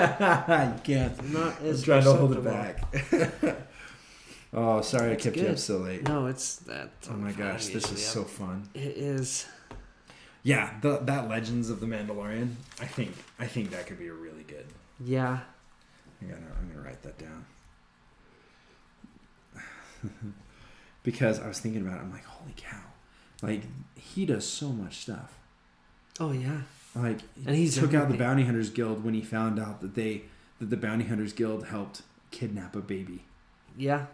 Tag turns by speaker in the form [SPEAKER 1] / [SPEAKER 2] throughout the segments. [SPEAKER 1] you can't.
[SPEAKER 2] Not
[SPEAKER 1] I'm
[SPEAKER 2] as
[SPEAKER 1] trying to hold it
[SPEAKER 2] perceptible.
[SPEAKER 1] back. oh, sorry I kept you up
[SPEAKER 2] good.
[SPEAKER 1] so late.
[SPEAKER 2] No, it's that.
[SPEAKER 1] Oh my gosh, this is
[SPEAKER 2] Yep.
[SPEAKER 1] so fun.
[SPEAKER 2] It is.
[SPEAKER 1] Yeah, the, that Legends of the Mandalorian. I think I think that could be a really good.
[SPEAKER 2] Yeah.
[SPEAKER 1] I gotta, I'm gonna write that down. because I was thinking about it, I'm like, holy cow! Like he does so much stuff.
[SPEAKER 2] Oh yeah.
[SPEAKER 1] Like
[SPEAKER 2] And
[SPEAKER 1] he
[SPEAKER 2] he's
[SPEAKER 1] took out the
[SPEAKER 2] everything.
[SPEAKER 1] Bounty Hunters Guild when he found out that they that the Bounty Hunters Guild helped kidnap a baby,
[SPEAKER 2] Yeah.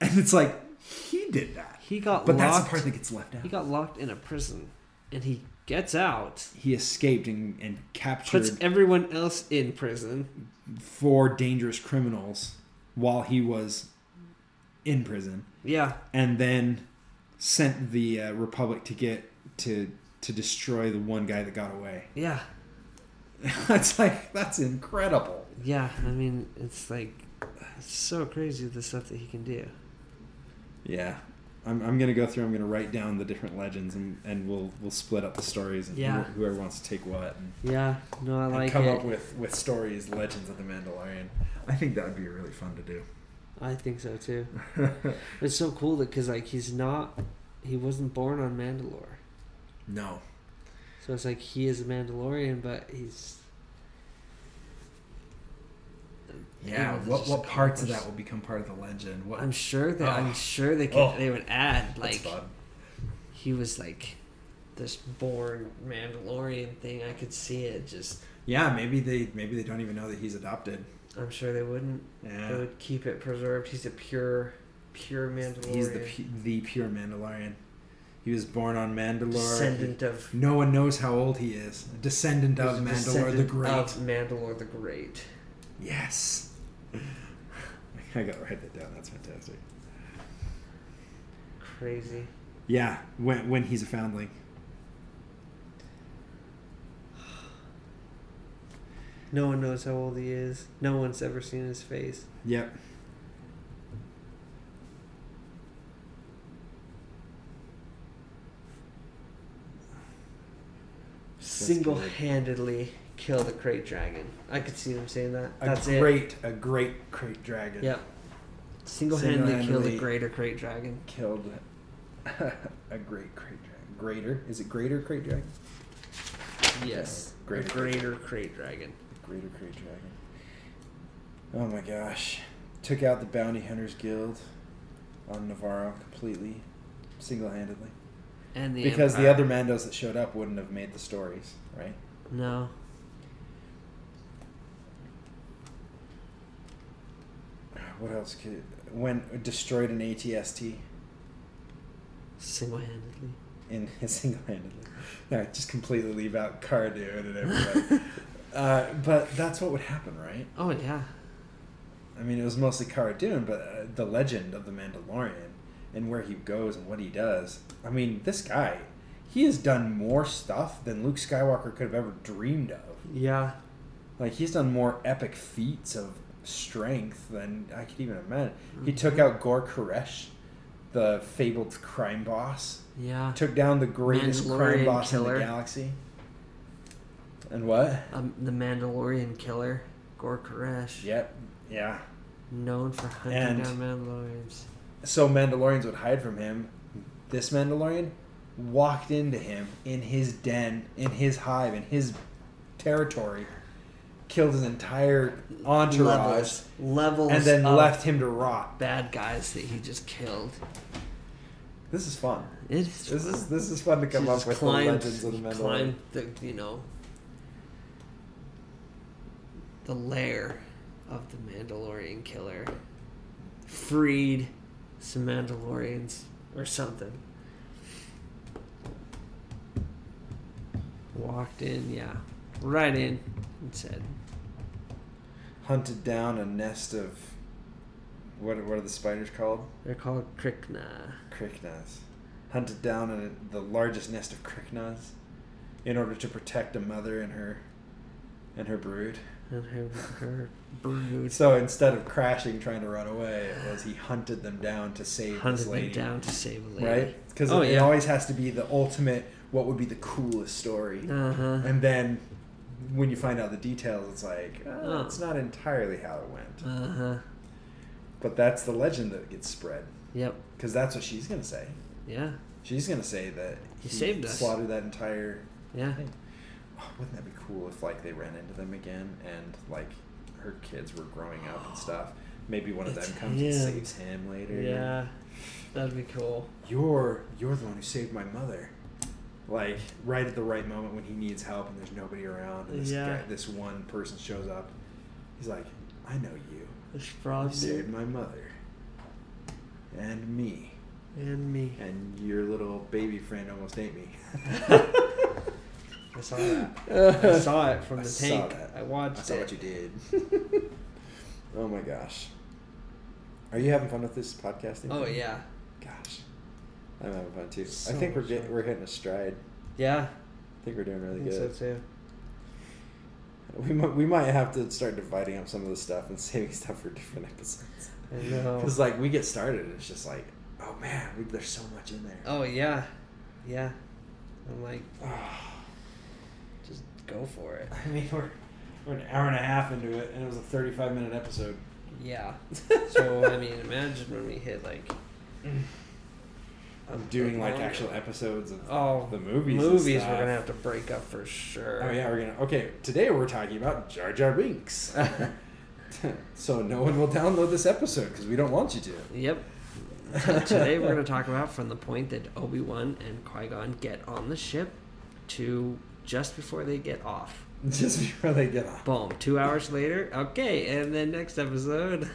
[SPEAKER 1] and it's like he did that.
[SPEAKER 2] He got
[SPEAKER 1] But
[SPEAKER 2] locked.
[SPEAKER 1] that's the part that gets left out.
[SPEAKER 2] he
[SPEAKER 1] He,
[SPEAKER 2] got locked in a prison, and he gets out.
[SPEAKER 1] escaped and, and captured
[SPEAKER 2] Puts everyone else in prison.
[SPEAKER 1] four dangerous criminals while he was in prison.
[SPEAKER 2] Yeah.
[SPEAKER 1] and then sent the uh, Republic to get to to destroy the one guy that got away.
[SPEAKER 2] Yeah.
[SPEAKER 1] that's like that's incredible.
[SPEAKER 2] Yeah. I mean, it's like it's so crazy the stuff that he can do.
[SPEAKER 1] Yeah, I'm, I'm gonna go through. I'm gonna write down the different legends, and, and we'll we'll split up the stories and
[SPEAKER 2] Yeah.
[SPEAKER 1] wh- whoever wants to take what, and,
[SPEAKER 2] Yeah. No, I
[SPEAKER 1] and
[SPEAKER 2] like
[SPEAKER 1] come
[SPEAKER 2] it.
[SPEAKER 1] up with with stories, legends of the Mandalorian. I think that would be really fun to do.
[SPEAKER 2] I think so too. It's so cool that because like he's not, he wasn't born on Mandalore,
[SPEAKER 1] no,
[SPEAKER 2] so it's like he is a Mandalorian, but he's
[SPEAKER 1] yeah.
[SPEAKER 2] Yeah,
[SPEAKER 1] what
[SPEAKER 2] just
[SPEAKER 1] what parts of
[SPEAKER 2] covers.
[SPEAKER 1] that will become part of the legend? What
[SPEAKER 2] I'm sure that
[SPEAKER 1] Oh.
[SPEAKER 2] I'm sure they could,
[SPEAKER 1] Oh.
[SPEAKER 2] they would add
[SPEAKER 1] that's
[SPEAKER 2] like
[SPEAKER 1] fun.
[SPEAKER 2] he was like this born Mandalorian thing. I could see it. Just
[SPEAKER 1] Yeah, maybe they maybe they don't even know that he's adopted.
[SPEAKER 2] I'm sure they wouldn't.
[SPEAKER 1] Yeah.
[SPEAKER 2] They would keep it preserved. He's a pure, pure Mandalorian.
[SPEAKER 1] He's the pu- the pure Mandalorian. He was born on Mandalore.
[SPEAKER 2] descendant of
[SPEAKER 1] No one knows how old he is. A descendant of Mandalore the
[SPEAKER 2] descendant
[SPEAKER 1] Great.
[SPEAKER 2] Of Mandalore the Great.
[SPEAKER 1] Yes. I gotta write that down. That's fantastic.
[SPEAKER 2] Crazy.
[SPEAKER 1] Yeah, when when he's a foundling.
[SPEAKER 2] No one knows how old he is. No one's ever seen his face.
[SPEAKER 1] Yep.
[SPEAKER 2] Single handedly kill the crate dragon. I could see them saying that. That's
[SPEAKER 1] a
[SPEAKER 2] it.
[SPEAKER 1] great, a great crate dragon.
[SPEAKER 2] Yep. Single handedly kill the
[SPEAKER 1] Single-handedly.
[SPEAKER 2] greater crate dragon.
[SPEAKER 1] Killed a great crate dragon. Greater is it greater crate dragon? Yeah,
[SPEAKER 2] Yes. Greater,
[SPEAKER 1] greater crate
[SPEAKER 2] greater crate dragon.
[SPEAKER 1] Greater Kree Dragon. Oh my gosh. Took out the Bounty Hunters Guild on Navarro completely, single handedly.
[SPEAKER 2] And the
[SPEAKER 1] because the
[SPEAKER 2] Empire.
[SPEAKER 1] other Mandos that showed up wouldn't have made the stories, right?
[SPEAKER 2] No.
[SPEAKER 1] What else could. When destroyed an ATST
[SPEAKER 2] Single handedly.
[SPEAKER 1] in single handedly. No, just completely leave out Cardu and everybody. Uh, but that's what would happen, right?
[SPEAKER 2] Oh yeah.
[SPEAKER 1] I mean, it was mostly Cara Dune, but uh, the legend of the Mandalorian and where he goes and what he does. I mean, this guy, he has done more stuff than Luke Skywalker could have ever dreamed of.
[SPEAKER 2] Yeah.
[SPEAKER 1] Like, he's done more epic feats of strength than I could even imagine. He took out Gore Koresh, the fabled crime boss,
[SPEAKER 2] Yeah.
[SPEAKER 1] took down the greatest crime
[SPEAKER 2] Mandalorian
[SPEAKER 1] boss in
[SPEAKER 2] killer.
[SPEAKER 1] the galaxy. And what?
[SPEAKER 2] Um, the Mandalorian killer, Gor Koresh,
[SPEAKER 1] Yep. Yeah.
[SPEAKER 2] known for hunting
[SPEAKER 1] And-
[SPEAKER 2] down Mandalorians.
[SPEAKER 1] so Mandalorians would hide from him. This Mandalorian walked into him in his den, in his hive, in his territory, killed his entire entourage,
[SPEAKER 2] Levels, levels,
[SPEAKER 1] and then
[SPEAKER 2] of
[SPEAKER 1] left him to rot.
[SPEAKER 2] bad guys that he just killed.
[SPEAKER 1] This is fun.
[SPEAKER 2] It is.
[SPEAKER 1] This is this is fun to come
[SPEAKER 2] He
[SPEAKER 1] up
[SPEAKER 2] just
[SPEAKER 1] with
[SPEAKER 2] climbed-
[SPEAKER 1] the legends of the
[SPEAKER 2] he
[SPEAKER 1] Mandalorian.
[SPEAKER 2] climbed the, you know, the lair of the Mandalorian killer, freed some Mandalorians or something. Walked in, yeah, right in, and said,
[SPEAKER 1] Hunted down a nest of what what are the spiders called?
[SPEAKER 2] "They're called Krikna."
[SPEAKER 1] Kriknas. Hunted down a, the largest nest of Kriknas in order to protect a mother and her and her brood.
[SPEAKER 2] And her, her brood
[SPEAKER 1] So instead of crashing, trying to run away, it was he hunted them down to save
[SPEAKER 2] hunted
[SPEAKER 1] this lady,
[SPEAKER 2] them down to save a lady.
[SPEAKER 1] right? Because
[SPEAKER 2] Oh,
[SPEAKER 1] it, it
[SPEAKER 2] yeah. Uh-huh.
[SPEAKER 1] always has to be the ultimate. What would be the coolest story?
[SPEAKER 2] Uh huh.
[SPEAKER 1] And then when you find out the details, it's like uh,
[SPEAKER 2] Oh.
[SPEAKER 1] it's not entirely how it went.
[SPEAKER 2] Uh huh.
[SPEAKER 1] But that's the legend that gets spread
[SPEAKER 2] Yep.
[SPEAKER 1] because that's what she's gonna say.
[SPEAKER 2] Yeah.
[SPEAKER 1] She's gonna say that
[SPEAKER 2] He saved us.
[SPEAKER 1] slaughtered that entire
[SPEAKER 2] Yeah.
[SPEAKER 1] thing. Oh, wouldn't that be cool if like they ran into them again and like her kids were growing up and stuff? Maybe one of
[SPEAKER 2] It's
[SPEAKER 1] them comes
[SPEAKER 2] him.
[SPEAKER 1] and saves him later.
[SPEAKER 2] Yeah. That'd be cool.
[SPEAKER 1] You're you're the one who saved my mother. Like right at the right moment when he needs help and there's nobody around and this
[SPEAKER 2] Yeah.
[SPEAKER 1] guy, this one person shows up. He's like, I know you.
[SPEAKER 2] This
[SPEAKER 1] You
[SPEAKER 2] frog
[SPEAKER 1] saved
[SPEAKER 2] dude
[SPEAKER 1] my mother. And me.
[SPEAKER 2] and me.
[SPEAKER 1] And your little baby friend almost ate me.
[SPEAKER 2] I saw that. I saw it from the tank. I watched
[SPEAKER 1] I saw
[SPEAKER 2] it.
[SPEAKER 1] what you did. oh my gosh. Are you having fun with this podcasting?
[SPEAKER 2] Oh
[SPEAKER 1] thing?
[SPEAKER 2] yeah.
[SPEAKER 1] Gosh. I'm having fun too.
[SPEAKER 2] So
[SPEAKER 1] I think we're
[SPEAKER 2] much
[SPEAKER 1] get,
[SPEAKER 2] fun.
[SPEAKER 1] we're hitting a stride.
[SPEAKER 2] Yeah.
[SPEAKER 1] I think we're doing
[SPEAKER 2] I
[SPEAKER 1] really
[SPEAKER 2] think so
[SPEAKER 1] good.
[SPEAKER 2] too.
[SPEAKER 1] We might we might have to start dividing up some of the stuff and saving stuff for different episodes.
[SPEAKER 2] I know.
[SPEAKER 1] Because like we get started and it's just like, oh man, we, there's so much in there.
[SPEAKER 2] Oh yeah. Yeah. I'm like,
[SPEAKER 1] Ah.
[SPEAKER 2] just go for it.
[SPEAKER 1] I mean we're we're an hour and a half into it and it was a 35 minute episode.
[SPEAKER 2] Yeah. So I mean, imagine when we hit like. Mm.
[SPEAKER 1] I'm doing like
[SPEAKER 2] longer.
[SPEAKER 1] actual episodes of
[SPEAKER 2] Oh,
[SPEAKER 1] the movies. and
[SPEAKER 2] Movies, we're
[SPEAKER 1] stuff.
[SPEAKER 2] gonna have to break up for sure.
[SPEAKER 1] Oh yeah, we're gonna. Okay, today we're talking about Jar Jar Binks. so no one will download this episode because we don't want you
[SPEAKER 2] Yep.
[SPEAKER 1] to.
[SPEAKER 2] Today we're going to talk about from the point that Obi Wan and Qui Gon get on the ship to just before they get off.
[SPEAKER 1] just before they get off.
[SPEAKER 2] Boom. Two hours later. Okay, and then next episode.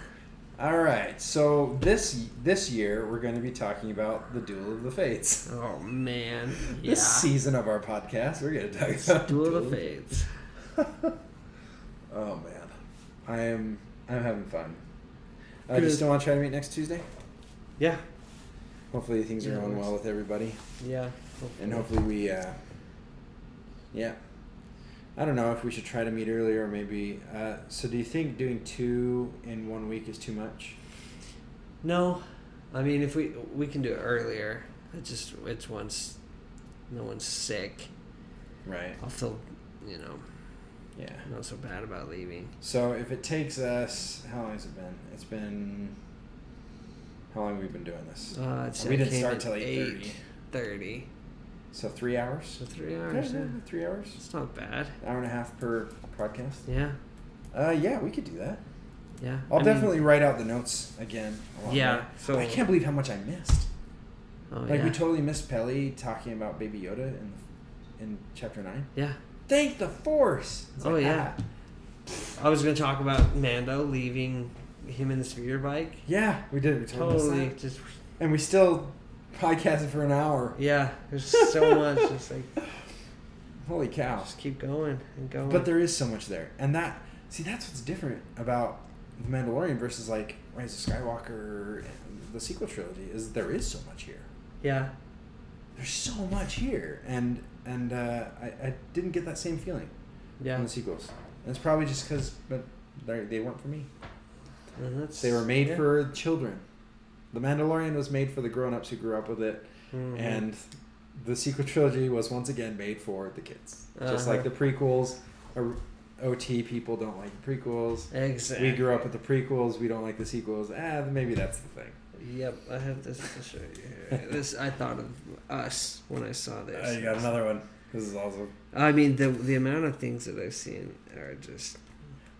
[SPEAKER 1] All right, so this this year we're going to be talking about the Duel of the Fates.
[SPEAKER 2] Oh man. Yeah.
[SPEAKER 1] This season of our podcast, we're going to talk about
[SPEAKER 2] Duel of the Fates.
[SPEAKER 1] oh man, I am I'm having fun. I just don't want to try to meet next Tuesday.
[SPEAKER 2] Yeah.
[SPEAKER 1] Hopefully things are
[SPEAKER 2] Yeah,
[SPEAKER 1] going
[SPEAKER 2] works.
[SPEAKER 1] well with everybody.
[SPEAKER 2] Yeah.
[SPEAKER 1] And hopefully we, uh, yeah. I don't know if we should try to meet earlier, or maybe. Uh, so, do you think doing two in one week is too much?
[SPEAKER 2] No, I mean if we we can do it earlier. It just it's once no one's sick.
[SPEAKER 1] Right.
[SPEAKER 2] I'll feel you know
[SPEAKER 1] Yeah.
[SPEAKER 2] not so bad about leaving.
[SPEAKER 1] So, if it takes us, how long has it been? It's been. How long have we been doing this?
[SPEAKER 2] Uh, it's,
[SPEAKER 1] we
[SPEAKER 2] I
[SPEAKER 1] didn't
[SPEAKER 2] came
[SPEAKER 1] start
[SPEAKER 2] at
[SPEAKER 1] till eight thirty.
[SPEAKER 2] 8:30.
[SPEAKER 1] So three hours.
[SPEAKER 2] So three
[SPEAKER 1] Yeah,
[SPEAKER 2] hours.
[SPEAKER 1] yeah,
[SPEAKER 2] Yeah.
[SPEAKER 1] Three hours.
[SPEAKER 2] It's not bad.
[SPEAKER 1] Hour and a half per podcast.
[SPEAKER 2] Yeah.
[SPEAKER 1] Uh, yeah, we could do that.
[SPEAKER 2] Yeah.
[SPEAKER 1] I'll
[SPEAKER 2] I mean-
[SPEAKER 1] definitely write out the notes again. along
[SPEAKER 2] Yeah,
[SPEAKER 1] the way.
[SPEAKER 2] so-
[SPEAKER 1] I can't believe how much I missed.
[SPEAKER 2] oh,
[SPEAKER 1] Like
[SPEAKER 2] yeah.
[SPEAKER 1] we totally missed Pelly talking about Baby Yoda in in chapter nine.
[SPEAKER 2] yeah.
[SPEAKER 1] Thank the Force. It's
[SPEAKER 2] Oh,
[SPEAKER 1] like,
[SPEAKER 2] yeah.
[SPEAKER 1] ah.
[SPEAKER 2] I was gonna talk about Mando leaving him in the speeder bike.
[SPEAKER 1] yeah. We did. We totally, missed
[SPEAKER 2] Totally.
[SPEAKER 1] that.
[SPEAKER 2] Just
[SPEAKER 1] and we still podcasted for an hour.
[SPEAKER 2] yeah. There's so much. Just like
[SPEAKER 1] Holy cow!
[SPEAKER 2] just keep going and going.
[SPEAKER 1] But there is so much there, and that see that's what's different about the Mandalorian versus like Rise of Skywalker, and the sequel trilogy is there is so much here.
[SPEAKER 2] yeah.
[SPEAKER 1] There's so much here, and and uh, I, I didn't get that same feeling
[SPEAKER 2] Yeah.
[SPEAKER 1] from the sequels. And it's probably just because but they they weren't for me.
[SPEAKER 2] And that's-
[SPEAKER 1] They were made
[SPEAKER 2] yeah.
[SPEAKER 1] for children. The Mandalorian was made for the grown-ups who grew up with it,
[SPEAKER 2] Mhm.
[SPEAKER 1] and the sequel trilogy was once again made for the kids. Just
[SPEAKER 2] Uh-huh.
[SPEAKER 1] like the prequels, or- OT people don't like the prequels.
[SPEAKER 2] exactly.
[SPEAKER 1] We grew up with the prequels. We don't like the sequels. Ah, maybe that's the thing.
[SPEAKER 2] Yep, I have this to show you. This I thought of us when I saw this.
[SPEAKER 1] Uh, another one. This is awesome.
[SPEAKER 2] I mean, the the amount of things that I've seen are just.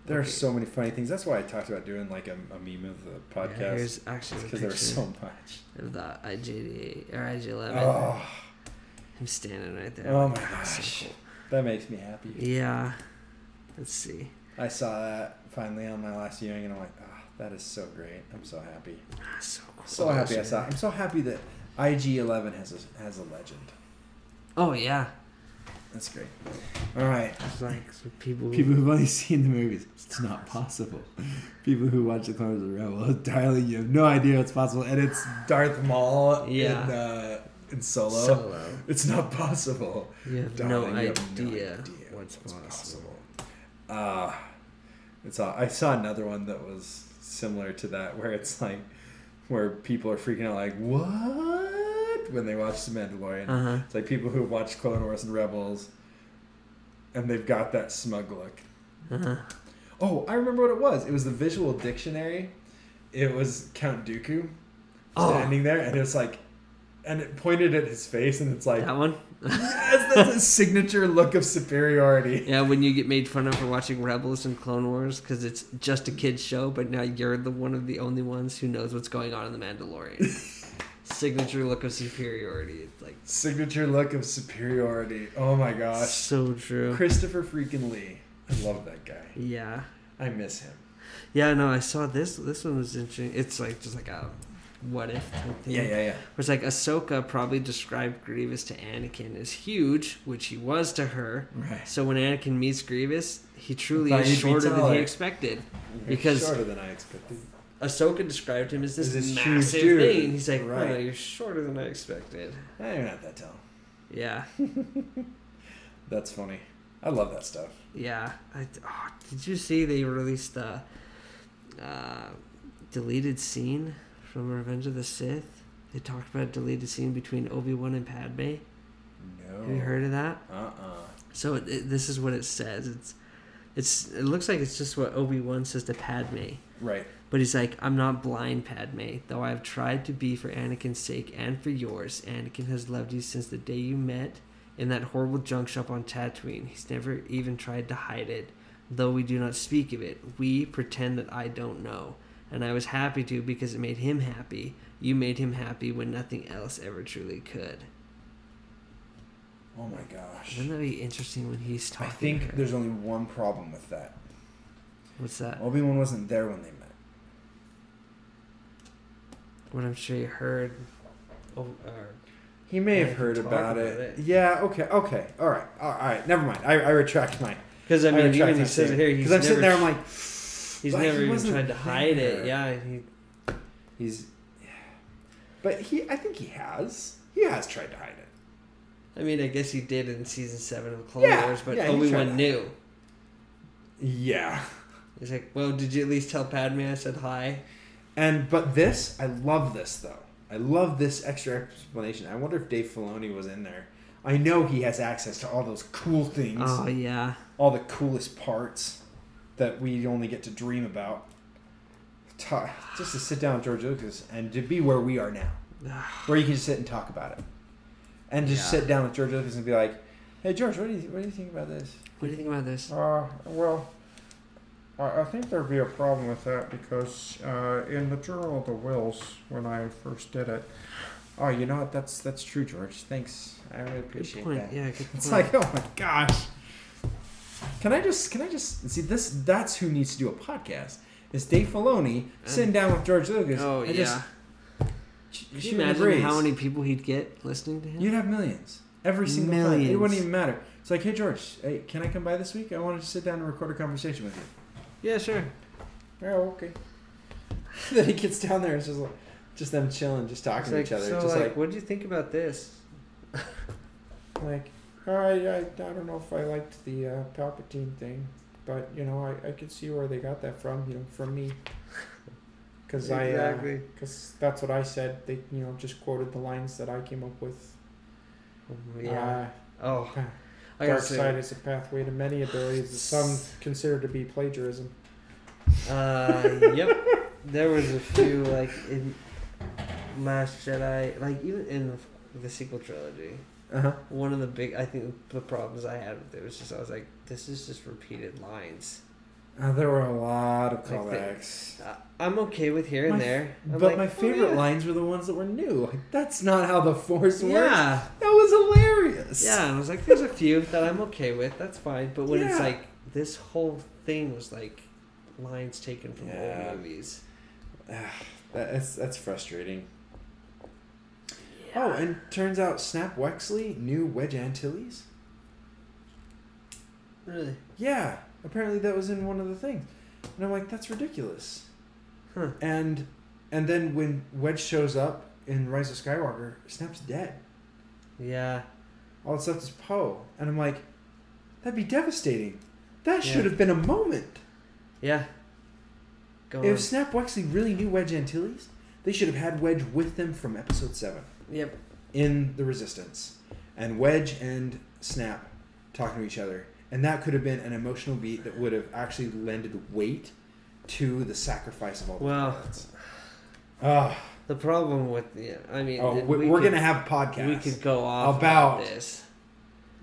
[SPEAKER 1] There are
[SPEAKER 2] Okay.
[SPEAKER 1] so many funny things. That's why I talked about doing like a, a meme of the
[SPEAKER 2] Yeah,
[SPEAKER 1] podcast.
[SPEAKER 2] here's actually
[SPEAKER 1] Because
[SPEAKER 2] a
[SPEAKER 1] there
[SPEAKER 2] picture
[SPEAKER 1] was so much.
[SPEAKER 2] of the IJ88 or IJ11.
[SPEAKER 1] Oh,
[SPEAKER 2] I'm standing right there.
[SPEAKER 1] oh my
[SPEAKER 2] That's so
[SPEAKER 1] gosh.
[SPEAKER 2] cool.
[SPEAKER 1] That makes me happy.
[SPEAKER 2] Yeah. Let's see.
[SPEAKER 1] I saw that finally on my last viewing, and I'm like, ah, that is so great. I'm so happy.
[SPEAKER 2] Ah, so cool.
[SPEAKER 1] So happy I saw. it. I'm so happy that IG11 has a has a legend.
[SPEAKER 2] Oh yeah.
[SPEAKER 1] That's great. All right,
[SPEAKER 2] It's like so people.
[SPEAKER 1] people who've only seen the movies, it's not possible. People who watch the Clone Wars are rebel, darling, you have no idea what's possible. And it's Darth Maul
[SPEAKER 2] Yeah.
[SPEAKER 1] in, uh, in Solo.
[SPEAKER 2] Solo.
[SPEAKER 1] It's not possible.
[SPEAKER 2] You have no
[SPEAKER 1] Darling, you have no
[SPEAKER 2] idea what's
[SPEAKER 1] possible. Uh, it's all, I saw another one that was similar to that where it's like where people are freaking out like what when they watch The Mandalorian.
[SPEAKER 2] Uh huh.
[SPEAKER 1] It's like people who have watched Clone Wars and Rebels and they've got that smug look.
[SPEAKER 2] uh-huh.
[SPEAKER 1] Oh, I remember what it was. It was the visual dictionary. It was Count Dooku
[SPEAKER 2] Oh.
[SPEAKER 1] standing there, and it's like, and it pointed at his face, and it's like,
[SPEAKER 2] That one?
[SPEAKER 1] yes, that's his signature look of superiority.
[SPEAKER 2] yeah, when you get made fun of for watching Rebels and Clone Wars because it's just a kid's show, but now you're the one of the only ones who knows what's going on in The Mandalorian. Signature look of superiority. It's like
[SPEAKER 1] Signature look of superiority. Oh my gosh.
[SPEAKER 2] so true.
[SPEAKER 1] Christopher freaking Lee. I love that guy.
[SPEAKER 2] Yeah.
[SPEAKER 1] I miss him.
[SPEAKER 2] Yeah, no, I saw this. This one was interesting. It's like just like a what if type thing.
[SPEAKER 1] yeah.
[SPEAKER 2] Where it's like Ahsoka probably described Grievous to Anakin as huge, which he was to her.
[SPEAKER 1] Right.
[SPEAKER 2] So when Anakin meets Grievous, he truly
[SPEAKER 1] Thought
[SPEAKER 2] is
[SPEAKER 1] he'd be
[SPEAKER 2] shorter than
[SPEAKER 1] taller.
[SPEAKER 2] he expected.
[SPEAKER 1] You're
[SPEAKER 2] Because-
[SPEAKER 1] shorter than I expected.
[SPEAKER 2] Ahsoka described him as this,
[SPEAKER 1] This huge
[SPEAKER 2] massive
[SPEAKER 1] dude.
[SPEAKER 2] thing. He's like, right.
[SPEAKER 1] Right.
[SPEAKER 2] you're shorter than I expected.
[SPEAKER 1] Eh, you're not that tall.
[SPEAKER 2] Yeah,
[SPEAKER 1] That's funny. I love that stuff.
[SPEAKER 2] yeah. I, oh, did you see they released the uh, deleted scene from Revenge of the Sith? They talked about a deleted scene between Obi Wan and Padme.
[SPEAKER 1] No.
[SPEAKER 2] Have you heard of that?
[SPEAKER 1] Uh uh
[SPEAKER 2] So it, it, this is what it says. It's it's it looks like it's just what Obi Wan says to Padme,
[SPEAKER 1] Right.
[SPEAKER 2] but he's like, "I'm not blind, Padme. Though I have tried to be for Anakin's sake and for yours, Anakin has loved you since the day you met in that horrible junk shop on Tatooine. He's never even tried to hide it, though we do not speak of it. We pretend that I don't know." And I was happy to because it made him happy. You made him happy when nothing else ever truly could.
[SPEAKER 1] Oh my gosh.
[SPEAKER 2] Wouldn't that be interesting when he's
[SPEAKER 1] I
[SPEAKER 2] talking? to
[SPEAKER 1] think
[SPEAKER 2] her?
[SPEAKER 1] there's only one problem with that.
[SPEAKER 2] what's that?
[SPEAKER 1] Obi Wan wasn't there when they met.
[SPEAKER 2] What I'm sure you heard. Oh,
[SPEAKER 1] He may
[SPEAKER 2] Yeah,
[SPEAKER 1] have
[SPEAKER 2] we can
[SPEAKER 1] heard
[SPEAKER 2] talk
[SPEAKER 1] about,
[SPEAKER 2] about
[SPEAKER 1] it.
[SPEAKER 2] it.
[SPEAKER 1] Yeah. Okay. Okay. All right. All right. Never mind. I, I retract mine.
[SPEAKER 2] because I mean,
[SPEAKER 1] retract
[SPEAKER 2] even
[SPEAKER 1] my
[SPEAKER 2] he says it
[SPEAKER 1] statement.
[SPEAKER 2] here. He's
[SPEAKER 1] 'Cause I'm
[SPEAKER 2] never,
[SPEAKER 1] sitting there. I'm like,
[SPEAKER 2] he's
[SPEAKER 1] "But he
[SPEAKER 2] never even
[SPEAKER 1] wasn't
[SPEAKER 2] tried to hide it.
[SPEAKER 1] there."
[SPEAKER 2] Yeah, he,
[SPEAKER 1] He's, but he. I think he has. He has tried to hide it.
[SPEAKER 2] I mean, I guess he did in season seven of Clone
[SPEAKER 1] Yeah,
[SPEAKER 2] Wars, but
[SPEAKER 1] yeah, he tried
[SPEAKER 2] Obi
[SPEAKER 1] to
[SPEAKER 2] Wan
[SPEAKER 1] hide
[SPEAKER 2] knew.
[SPEAKER 1] Yeah.
[SPEAKER 2] He's like, "Well, did you at least tell Padme I said hi?"
[SPEAKER 1] And but this, I love this though. I love this extra explanation. I wonder if Dave Filoni was in there. I know he has access to all those cool things,
[SPEAKER 2] Oh yeah,
[SPEAKER 1] all the coolest parts that we only get to dream about. Ta just to sit down with George Lucas and to be where we are now, where you can just sit and talk about it, and just
[SPEAKER 2] Yeah.
[SPEAKER 1] sit down with George Lucas and be like, "Hey George, what do you what do you think about this?"
[SPEAKER 2] what do you think about this?
[SPEAKER 3] Uh, well, I, I think there'd be a problem with that because uh, in the Journal of the Wills, when I first did it,
[SPEAKER 1] Oh, you know what? That's that's true, George. Thanks, I really
[SPEAKER 2] Good
[SPEAKER 1] appreciate
[SPEAKER 2] point.
[SPEAKER 1] that.
[SPEAKER 2] Yeah, good
[SPEAKER 1] It's
[SPEAKER 2] point.
[SPEAKER 1] like, oh my gosh. Can I just can I just see this that's who needs to do a podcast. Is Dave Filoni sitting down with George Lucas
[SPEAKER 2] Uh. oh yeah.
[SPEAKER 1] and just sh-
[SPEAKER 2] Could you
[SPEAKER 1] shooting the
[SPEAKER 2] imagine
[SPEAKER 1] breeze.
[SPEAKER 2] how many people he'd get listening to him?
[SPEAKER 1] you'd have millions. Every single time. It
[SPEAKER 2] Millions.
[SPEAKER 1] wouldn't even matter. It's like, hey George, hey, can I come by this week? I want to sit down and record a conversation with you.
[SPEAKER 2] yeah, sure.
[SPEAKER 1] Oh, okay. then he gets down there and it's just like just them chilling, just talking
[SPEAKER 2] It's
[SPEAKER 1] to
[SPEAKER 2] like,
[SPEAKER 1] each other.
[SPEAKER 2] so,
[SPEAKER 1] just
[SPEAKER 2] like,
[SPEAKER 1] like,
[SPEAKER 2] what do you think about this?
[SPEAKER 3] like, I, I, I don't know if I liked the uh, Palpatine thing, but, you know, I, I could see where they got that from, you know, from me. Because I, uh,
[SPEAKER 2] Exactly.
[SPEAKER 3] because that's what I said. They, you know, just quoted the lines that I came up with.
[SPEAKER 2] Yeah. oh,
[SPEAKER 3] Uh,
[SPEAKER 2] I gotta
[SPEAKER 3] Dark
[SPEAKER 2] say-
[SPEAKER 3] side is a pathway to many abilities that some consider to be plagiarism.
[SPEAKER 2] Uh, yep. There was a few like in Last Jedi, like even in the, the sequel trilogy.
[SPEAKER 1] uh huh.
[SPEAKER 2] One of the big, I think, the problems I had with it was just I was like, this is just repeated lines.
[SPEAKER 1] Uh, there were a lot of
[SPEAKER 2] Like the-
[SPEAKER 1] callbacks.
[SPEAKER 2] Uh, I'm okay with here
[SPEAKER 1] My
[SPEAKER 2] and
[SPEAKER 1] f-
[SPEAKER 2] there, I'm
[SPEAKER 1] But
[SPEAKER 2] like,
[SPEAKER 1] my
[SPEAKER 2] oh,
[SPEAKER 1] favorite
[SPEAKER 2] yeah.
[SPEAKER 1] lines were the ones that were new. Like, that's not how the force works.
[SPEAKER 2] Yeah,
[SPEAKER 1] That was hilarious.
[SPEAKER 2] yeah, and I was like, there's a few that I'm okay with. That's fine. But when it's
[SPEAKER 1] Yeah.
[SPEAKER 2] like this whole thing was like lines taken from
[SPEAKER 1] Yeah.
[SPEAKER 2] old movies.
[SPEAKER 1] That's that's frustrating. Oh, and turns out Snap Wexley knew Wedge Antilles.
[SPEAKER 2] really?
[SPEAKER 1] Yeah, apparently that was in one of the things, and I'm like, that's ridiculous.
[SPEAKER 2] Huh.
[SPEAKER 1] And and then when Wedge shows up in Rise of Skywalker, Snap's dead.
[SPEAKER 2] Yeah.
[SPEAKER 1] All that's left is Poe, and I'm like, that'd be devastating. That
[SPEAKER 2] Yeah.
[SPEAKER 1] should have been a moment.
[SPEAKER 2] Yeah. Go
[SPEAKER 1] If Snap Wexley really knew Wedge Antilles, they should have had Wedge with them from Episode Seven.
[SPEAKER 2] on. Yep.
[SPEAKER 1] in the resistance and wedge and snap talking to each other And that could have been an emotional beat that would have actually lended weight to the sacrifice of all the
[SPEAKER 2] Well,
[SPEAKER 1] planets. Ah,
[SPEAKER 2] The problem with yeah, I mean,
[SPEAKER 1] oh,
[SPEAKER 2] th-
[SPEAKER 1] we,
[SPEAKER 2] we
[SPEAKER 1] are
[SPEAKER 2] could-
[SPEAKER 1] gonna have podcasts.
[SPEAKER 2] we could go off
[SPEAKER 1] about-
[SPEAKER 2] about this.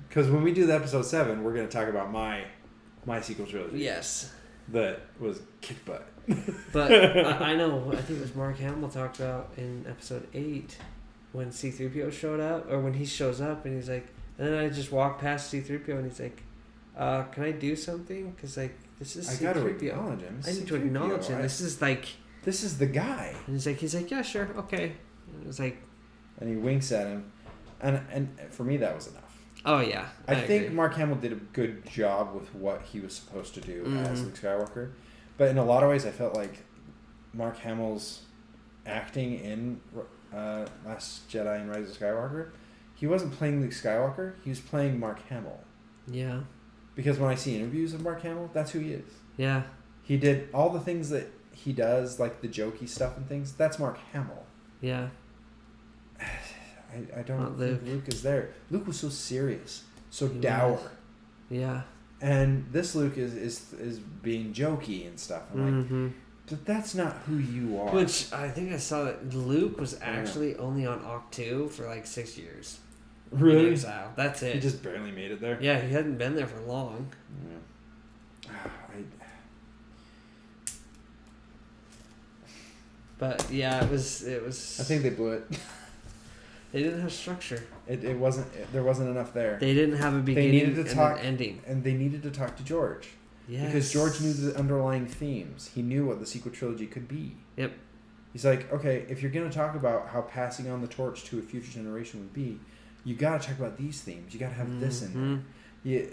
[SPEAKER 1] Because when we do the episode seven, we're gonna talk about my my sequel trilogy
[SPEAKER 2] Yes,
[SPEAKER 1] that was kick butt.
[SPEAKER 2] but I, I know. I think it was Mark Hamill talked about in episode eight when C three PO showed up, or when he shows up and he's like, and then I just walk past C three PO and he's like, uh, "Can I do something? Because like this is
[SPEAKER 1] I
[SPEAKER 2] C
[SPEAKER 1] gotta
[SPEAKER 2] three PO.
[SPEAKER 1] acknowledge him.
[SPEAKER 2] I need to
[SPEAKER 1] C-3PO,
[SPEAKER 2] acknowledge him.
[SPEAKER 1] I-
[SPEAKER 2] This is like."
[SPEAKER 1] this is the guy.
[SPEAKER 2] And he's like, he's like, yeah, sure, okay. And it was like,
[SPEAKER 1] And he winks at him, and and for me that was enough.
[SPEAKER 2] oh yeah,
[SPEAKER 1] I, think
[SPEAKER 2] agree.
[SPEAKER 1] Mark Hamill did a good job with what he was supposed to do as
[SPEAKER 2] Mhm.
[SPEAKER 1] Luke Skywalker, but in a lot of ways, I felt like Mark Hamill's acting in uh, Last Jedi and Rise of Skywalker, he wasn't playing Luke Skywalker. He was playing Mark Hamill
[SPEAKER 2] yeah,
[SPEAKER 1] because when I see interviews of Mark Hamill, that's who he is.
[SPEAKER 2] yeah,
[SPEAKER 1] He did all the things that he does, like the jokey stuff and things. That's Mark Hamill.
[SPEAKER 2] yeah,
[SPEAKER 1] I, I don't
[SPEAKER 2] Not
[SPEAKER 1] think
[SPEAKER 2] Luke.
[SPEAKER 1] Luke is there. Luke was so serious, so
[SPEAKER 2] He was.
[SPEAKER 1] dour.
[SPEAKER 2] yeah.
[SPEAKER 1] and this Luke is is is being jokey and stuff. I'm like,
[SPEAKER 2] Mm-hmm.
[SPEAKER 1] but that's not who you are.
[SPEAKER 2] Which I think I saw that Luke was
[SPEAKER 1] don't know.
[SPEAKER 2] actually only on Octu for like six years. in
[SPEAKER 1] really,
[SPEAKER 2] exile. That's
[SPEAKER 1] he
[SPEAKER 2] it.
[SPEAKER 1] just barely made it there.
[SPEAKER 2] yeah, he hadn't been there for long.
[SPEAKER 1] Yeah. Ah, I,
[SPEAKER 2] But yeah, it was it was.
[SPEAKER 1] I think they blew it.
[SPEAKER 2] they didn't have structure.
[SPEAKER 1] It, it wasn't it, there wasn't enough there,
[SPEAKER 2] They didn't have a beginning
[SPEAKER 1] needed to
[SPEAKER 2] and
[SPEAKER 1] talk-
[SPEAKER 2] an ending.
[SPEAKER 1] and they needed to talk to George
[SPEAKER 2] Yeah,
[SPEAKER 1] because George knew the underlying themes. He knew what the sequel trilogy could be.
[SPEAKER 2] Yep.
[SPEAKER 1] He's like, okay, if you're gonna talk about how passing on the torch to a future generation would be, you gotta talk about these themes. You gotta have this in there.
[SPEAKER 2] Mhm.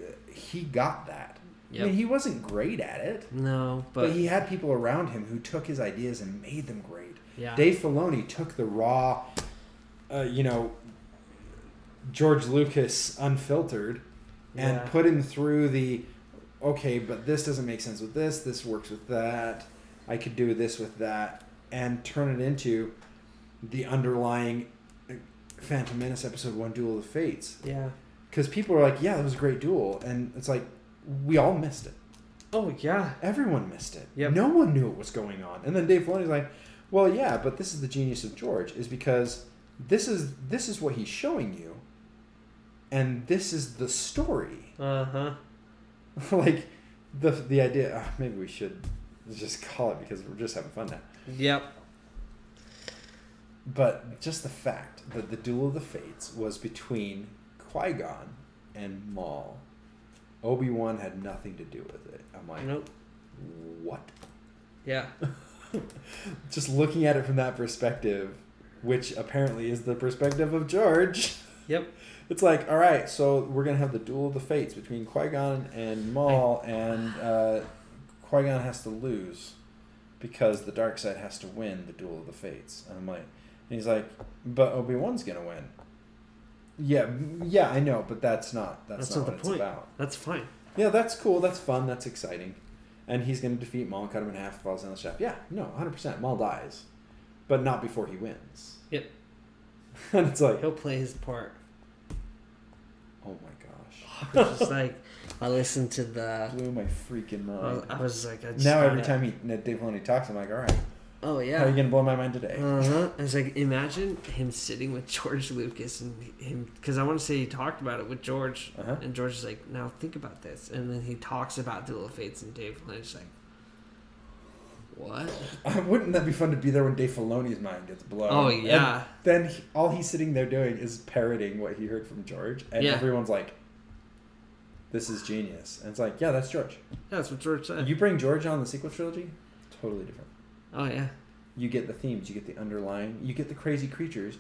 [SPEAKER 1] Yeah, he got that. I
[SPEAKER 2] Yep.
[SPEAKER 1] mean, he wasn't great at it,
[SPEAKER 2] no,
[SPEAKER 1] but,
[SPEAKER 2] but,
[SPEAKER 1] he had people around him who took his ideas and made them great.
[SPEAKER 2] yeah,
[SPEAKER 1] Dave Filoni took the raw, uh, you know, George Lucas unfiltered and
[SPEAKER 2] Yeah.
[SPEAKER 1] put him through the okay, but this doesn't make sense with this, this works with that, I could do this with that, and turn it into the underlying uh, Phantom Menace episode one Duel of the Fates
[SPEAKER 2] yeah.
[SPEAKER 1] because people are like, yeah, that was a great duel, and it's like we all missed it.
[SPEAKER 2] Oh yeah,
[SPEAKER 1] Everyone missed it.
[SPEAKER 2] Yep.
[SPEAKER 1] No one knew what was going on. And then Dave Filoni's like, well, yeah, but this is the genius of George is because this is this is what he's showing you, and this is the story.
[SPEAKER 2] uh huh.
[SPEAKER 1] like the the idea. ah, maybe we should just call it because we're just having fun now.
[SPEAKER 2] Yep.
[SPEAKER 1] But just the fact that the Duel of the Fates was between Qui Gon and Maul, Obi Wan had nothing to do with it. I'm like,
[SPEAKER 2] Nope.
[SPEAKER 1] what?
[SPEAKER 2] Yeah.
[SPEAKER 1] Just looking at it from that perspective, which apparently is the perspective of George.
[SPEAKER 2] Yep.
[SPEAKER 1] It's like, all right, so we're gonna have the Duel of the Fates between Qui Gon and Maul, and uh, Qui Gon has to lose because the dark side has to win the Duel of the Fates. And I'm like, and he's like, but Obi Wan's gonna win. Yeah, m- yeah, I know, but that's not that's, not, what
[SPEAKER 2] the
[SPEAKER 1] it's
[SPEAKER 2] point.
[SPEAKER 1] about.
[SPEAKER 2] That's fine.
[SPEAKER 1] Yeah, that's cool, that's fun, that's exciting, and he's gonna defeat Maul, cut him in half, falls down the shaft. Yeah, no, hundred percent, Maul dies, but not before he wins.
[SPEAKER 2] Yep.
[SPEAKER 1] and it's like,
[SPEAKER 2] He'll play his part.
[SPEAKER 1] oh my
[SPEAKER 2] It's just like I listened to the.
[SPEAKER 1] gosh, blew my freaking
[SPEAKER 2] I
[SPEAKER 1] mind.
[SPEAKER 2] was- I was like, I just
[SPEAKER 1] now every
[SPEAKER 2] gotta-
[SPEAKER 1] time he that Dave Filoni talks, I'm like, all right,
[SPEAKER 2] Oh
[SPEAKER 1] how are you
[SPEAKER 2] yeah.
[SPEAKER 1] gonna blow my mind today?
[SPEAKER 2] Uh huh. I was like, imagine him sitting with George Lucas and him, because I want to say he talked about it with George,
[SPEAKER 1] Uh-huh.
[SPEAKER 2] and George is like, now think about this, and then he talks about Duel of Fates and Dave Lynch like, what?
[SPEAKER 1] Wouldn't that be fun to be there when Dave Filoni's mind gets blown?
[SPEAKER 2] Oh
[SPEAKER 1] And
[SPEAKER 2] yeah,
[SPEAKER 1] then he- all he's sitting there doing is parroting what he heard from George, and
[SPEAKER 2] Yeah.
[SPEAKER 1] everyone's like, "This is genius." And it's like, yeah, that's George.
[SPEAKER 2] Yeah, that's what George said.
[SPEAKER 1] You bring George on the sequel trilogy, totally different.
[SPEAKER 2] oh yeah,
[SPEAKER 1] You get the themes, you get the underlying, you get the crazy creatures.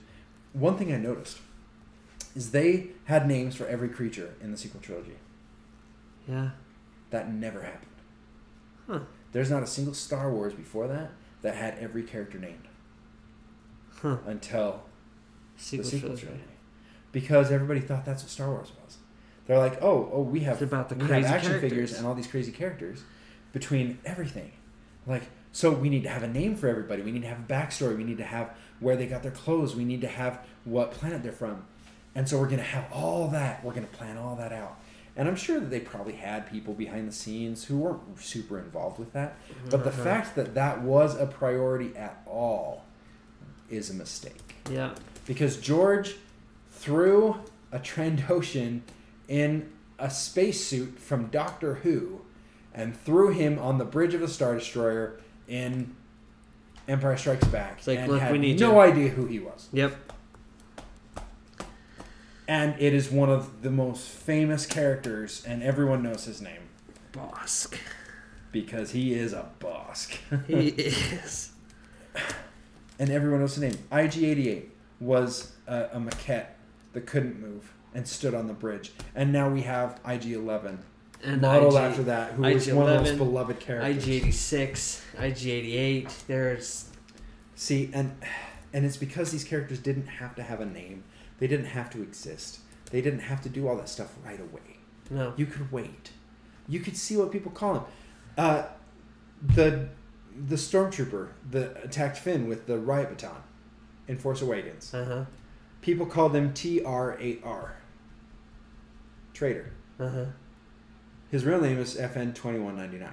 [SPEAKER 1] One thing I noticed is they had names for every creature in the sequel trilogy.
[SPEAKER 2] yeah,
[SPEAKER 1] That never happened.
[SPEAKER 2] Huh.
[SPEAKER 1] There's not a single Star Wars before that that had every character named
[SPEAKER 2] huh?
[SPEAKER 1] until
[SPEAKER 2] Sequel,
[SPEAKER 1] the sequel
[SPEAKER 2] trilogy.
[SPEAKER 1] trilogy. Because everybody thought that's what Star Wars was. They're like, oh, oh, we have
[SPEAKER 2] It's about the
[SPEAKER 1] we have
[SPEAKER 2] crazy
[SPEAKER 1] action figures
[SPEAKER 2] characters.
[SPEAKER 1] and all these crazy characters between everything. Like, so we need to have a name for everybody. We need to have a backstory. We need to have where they got their clothes. We need to have what planet they're from. And so we're gonna have all that. We're gonna plan all that out. And I'm sure that they probably had people behind the scenes who weren't super involved with that. But
[SPEAKER 2] Mm-hmm.
[SPEAKER 1] the
[SPEAKER 2] Uh-huh.
[SPEAKER 1] fact that that was a priority at all is a mistake.
[SPEAKER 2] Yeah.
[SPEAKER 1] Because George threw a Trandoshan in a spacesuit from Doctor Who and threw him on the bridge of a Star Destroyer in Empire Strikes Back.
[SPEAKER 2] It's like,
[SPEAKER 1] and
[SPEAKER 2] "Look,
[SPEAKER 1] had
[SPEAKER 2] we need
[SPEAKER 1] no
[SPEAKER 2] you."
[SPEAKER 1] idea who he was.
[SPEAKER 2] Yep.
[SPEAKER 1] And it is one of the most famous characters, and everyone knows his name
[SPEAKER 2] Bosk.
[SPEAKER 1] because he is a Bosk.
[SPEAKER 2] He is.
[SPEAKER 1] and everyone knows the name. IG88 was a, a maquette that couldn't move and stood on the bridge, and now we have IG11
[SPEAKER 2] And
[SPEAKER 1] modeled
[SPEAKER 2] IG
[SPEAKER 1] after that, who is one of the most
[SPEAKER 2] IG-11,
[SPEAKER 1] beloved characters.
[SPEAKER 2] IG86, IG88. There's.
[SPEAKER 1] See, and and it's because these characters didn't have to have a name, they didn't have to exist, they didn't have to do all that stuff right away.
[SPEAKER 2] No.
[SPEAKER 1] You could wait. You could see what people call him. Uh, the the stormtrooper that attacked Finn with the riot baton in Force Awakens.
[SPEAKER 2] Uh huh.
[SPEAKER 1] People called him TR8R. Traitor.
[SPEAKER 2] Uh huh.
[SPEAKER 1] His real name is FN2199.